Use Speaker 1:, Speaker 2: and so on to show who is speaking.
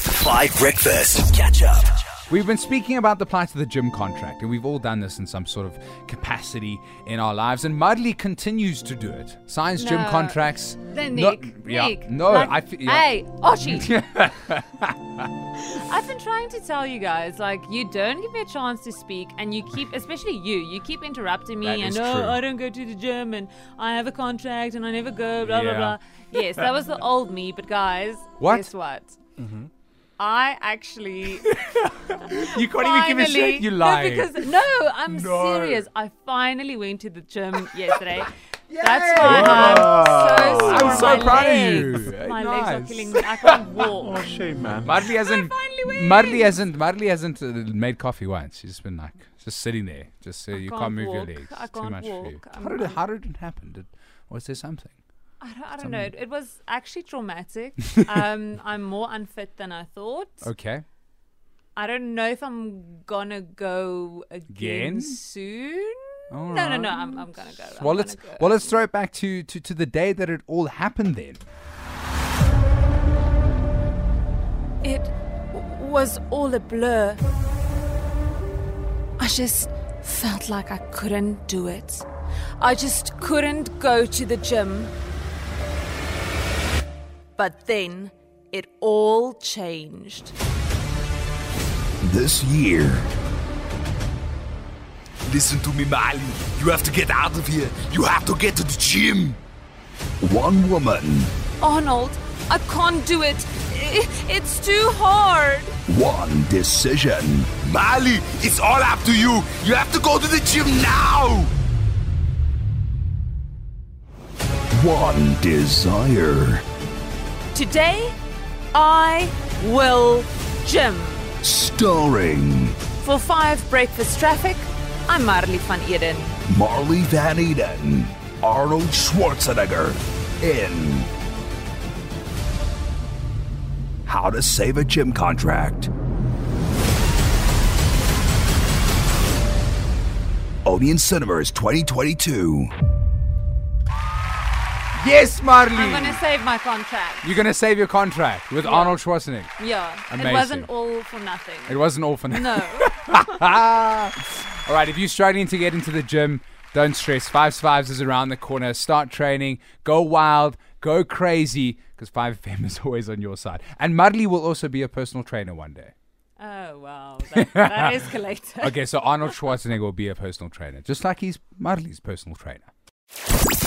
Speaker 1: Five Breakfast. Catch up.
Speaker 2: We've been speaking about the plight of the gym contract, and we've all done this in some sort of capacity in our lives. And Mudley continues to do it. Signs gym
Speaker 3: No.
Speaker 2: contracts.
Speaker 3: Then
Speaker 2: No-
Speaker 3: Nick,
Speaker 2: yeah,
Speaker 3: Nick.
Speaker 2: No,
Speaker 3: like,
Speaker 2: I feel.
Speaker 3: Hey, Oshie. I've been trying to tell you guys, like, you don't give me a chance to speak, and you keep, especially you, you keep interrupting me.
Speaker 2: That
Speaker 3: and
Speaker 2: is
Speaker 3: oh,
Speaker 2: true.
Speaker 3: I don't go to the gym, and I have a contract, and I never go, blah
Speaker 2: Yeah.
Speaker 3: blah blah. Yes, that was the old me, but guys,
Speaker 2: What? Mm-hmm.
Speaker 3: guess what? I actually
Speaker 2: You can't even
Speaker 3: finally,
Speaker 2: give a shit. You lying.
Speaker 3: No, because, no I'm
Speaker 2: No.
Speaker 3: serious. I finally went to the gym yesterday. That's why I'm so sore.
Speaker 2: I'm so
Speaker 3: My
Speaker 2: proud of
Speaker 3: legs-
Speaker 2: you.
Speaker 3: My legs
Speaker 2: Nice.
Speaker 3: are killing me. I can't walk.
Speaker 4: Oh, shame, man.
Speaker 2: Mudley hasn't.
Speaker 3: finally went.
Speaker 2: Mudley hasn't. Mudley hasn't uh, made coffee once. She's just been like, just sitting there. Just uh, you can't,
Speaker 3: can't
Speaker 2: move
Speaker 3: walk.
Speaker 2: your legs.
Speaker 3: I
Speaker 2: It's Too
Speaker 3: can't
Speaker 2: much for you.
Speaker 3: walk.
Speaker 2: How
Speaker 3: I'm-
Speaker 2: did it,
Speaker 3: I'm-
Speaker 2: how did it happen? Did, was there something?
Speaker 3: I don't, I don't know. It, it was actually traumatic. um, I'm more unfit than I thought.
Speaker 2: Okay.
Speaker 3: I don't know if I'm gonna go again,
Speaker 2: Again?
Speaker 3: soon.
Speaker 2: All
Speaker 3: No, no, no.
Speaker 2: right.
Speaker 3: I'm, I'm gonna go. I'm
Speaker 2: Well, let's
Speaker 3: gonna go.
Speaker 2: well let's throw it back to, to to the day that it all happened. Then.
Speaker 5: It w- was all a blur. I just felt like I couldn't do it. I just couldn't go to the gym. But then it all changed.
Speaker 1: This year. Listen to me, Mali. You have to get out of here. You have to get to the gym. One woman,
Speaker 5: Arnold, I can't do it. I- It's too hard.
Speaker 1: one decision. Mali, it's all up to you. You have to go to the gym now. One desire.
Speaker 5: Today, I will gym.
Speaker 1: Starring
Speaker 5: For five breakfast traffic, I'm Marley van Eden.
Speaker 1: Marley Van Eden, Arnold Schwarzenegger in How to Save a Gym Contract. Only in cinemas 2022.
Speaker 2: Yes, Marley.
Speaker 3: I'm gonna save my contract.
Speaker 2: You're gonna save your contract with Arnold Schwarzenegger.
Speaker 3: Yeah.
Speaker 2: Amazing.
Speaker 3: It wasn't all for nothing.
Speaker 2: It wasn't all for nothing.
Speaker 3: no.
Speaker 2: All right, if you're struggling to get into the gym, don't stress. Fives Fives is around the corner. Start training. Go wild. Go crazy. Because 5FM is always on your side. And Mudley will also be a personal trainer one day.
Speaker 3: Oh wow. That, that escalated.
Speaker 2: Okay, so Arnold Schwarzenegger will be a personal trainer, just like he's Mudley's personal trainer.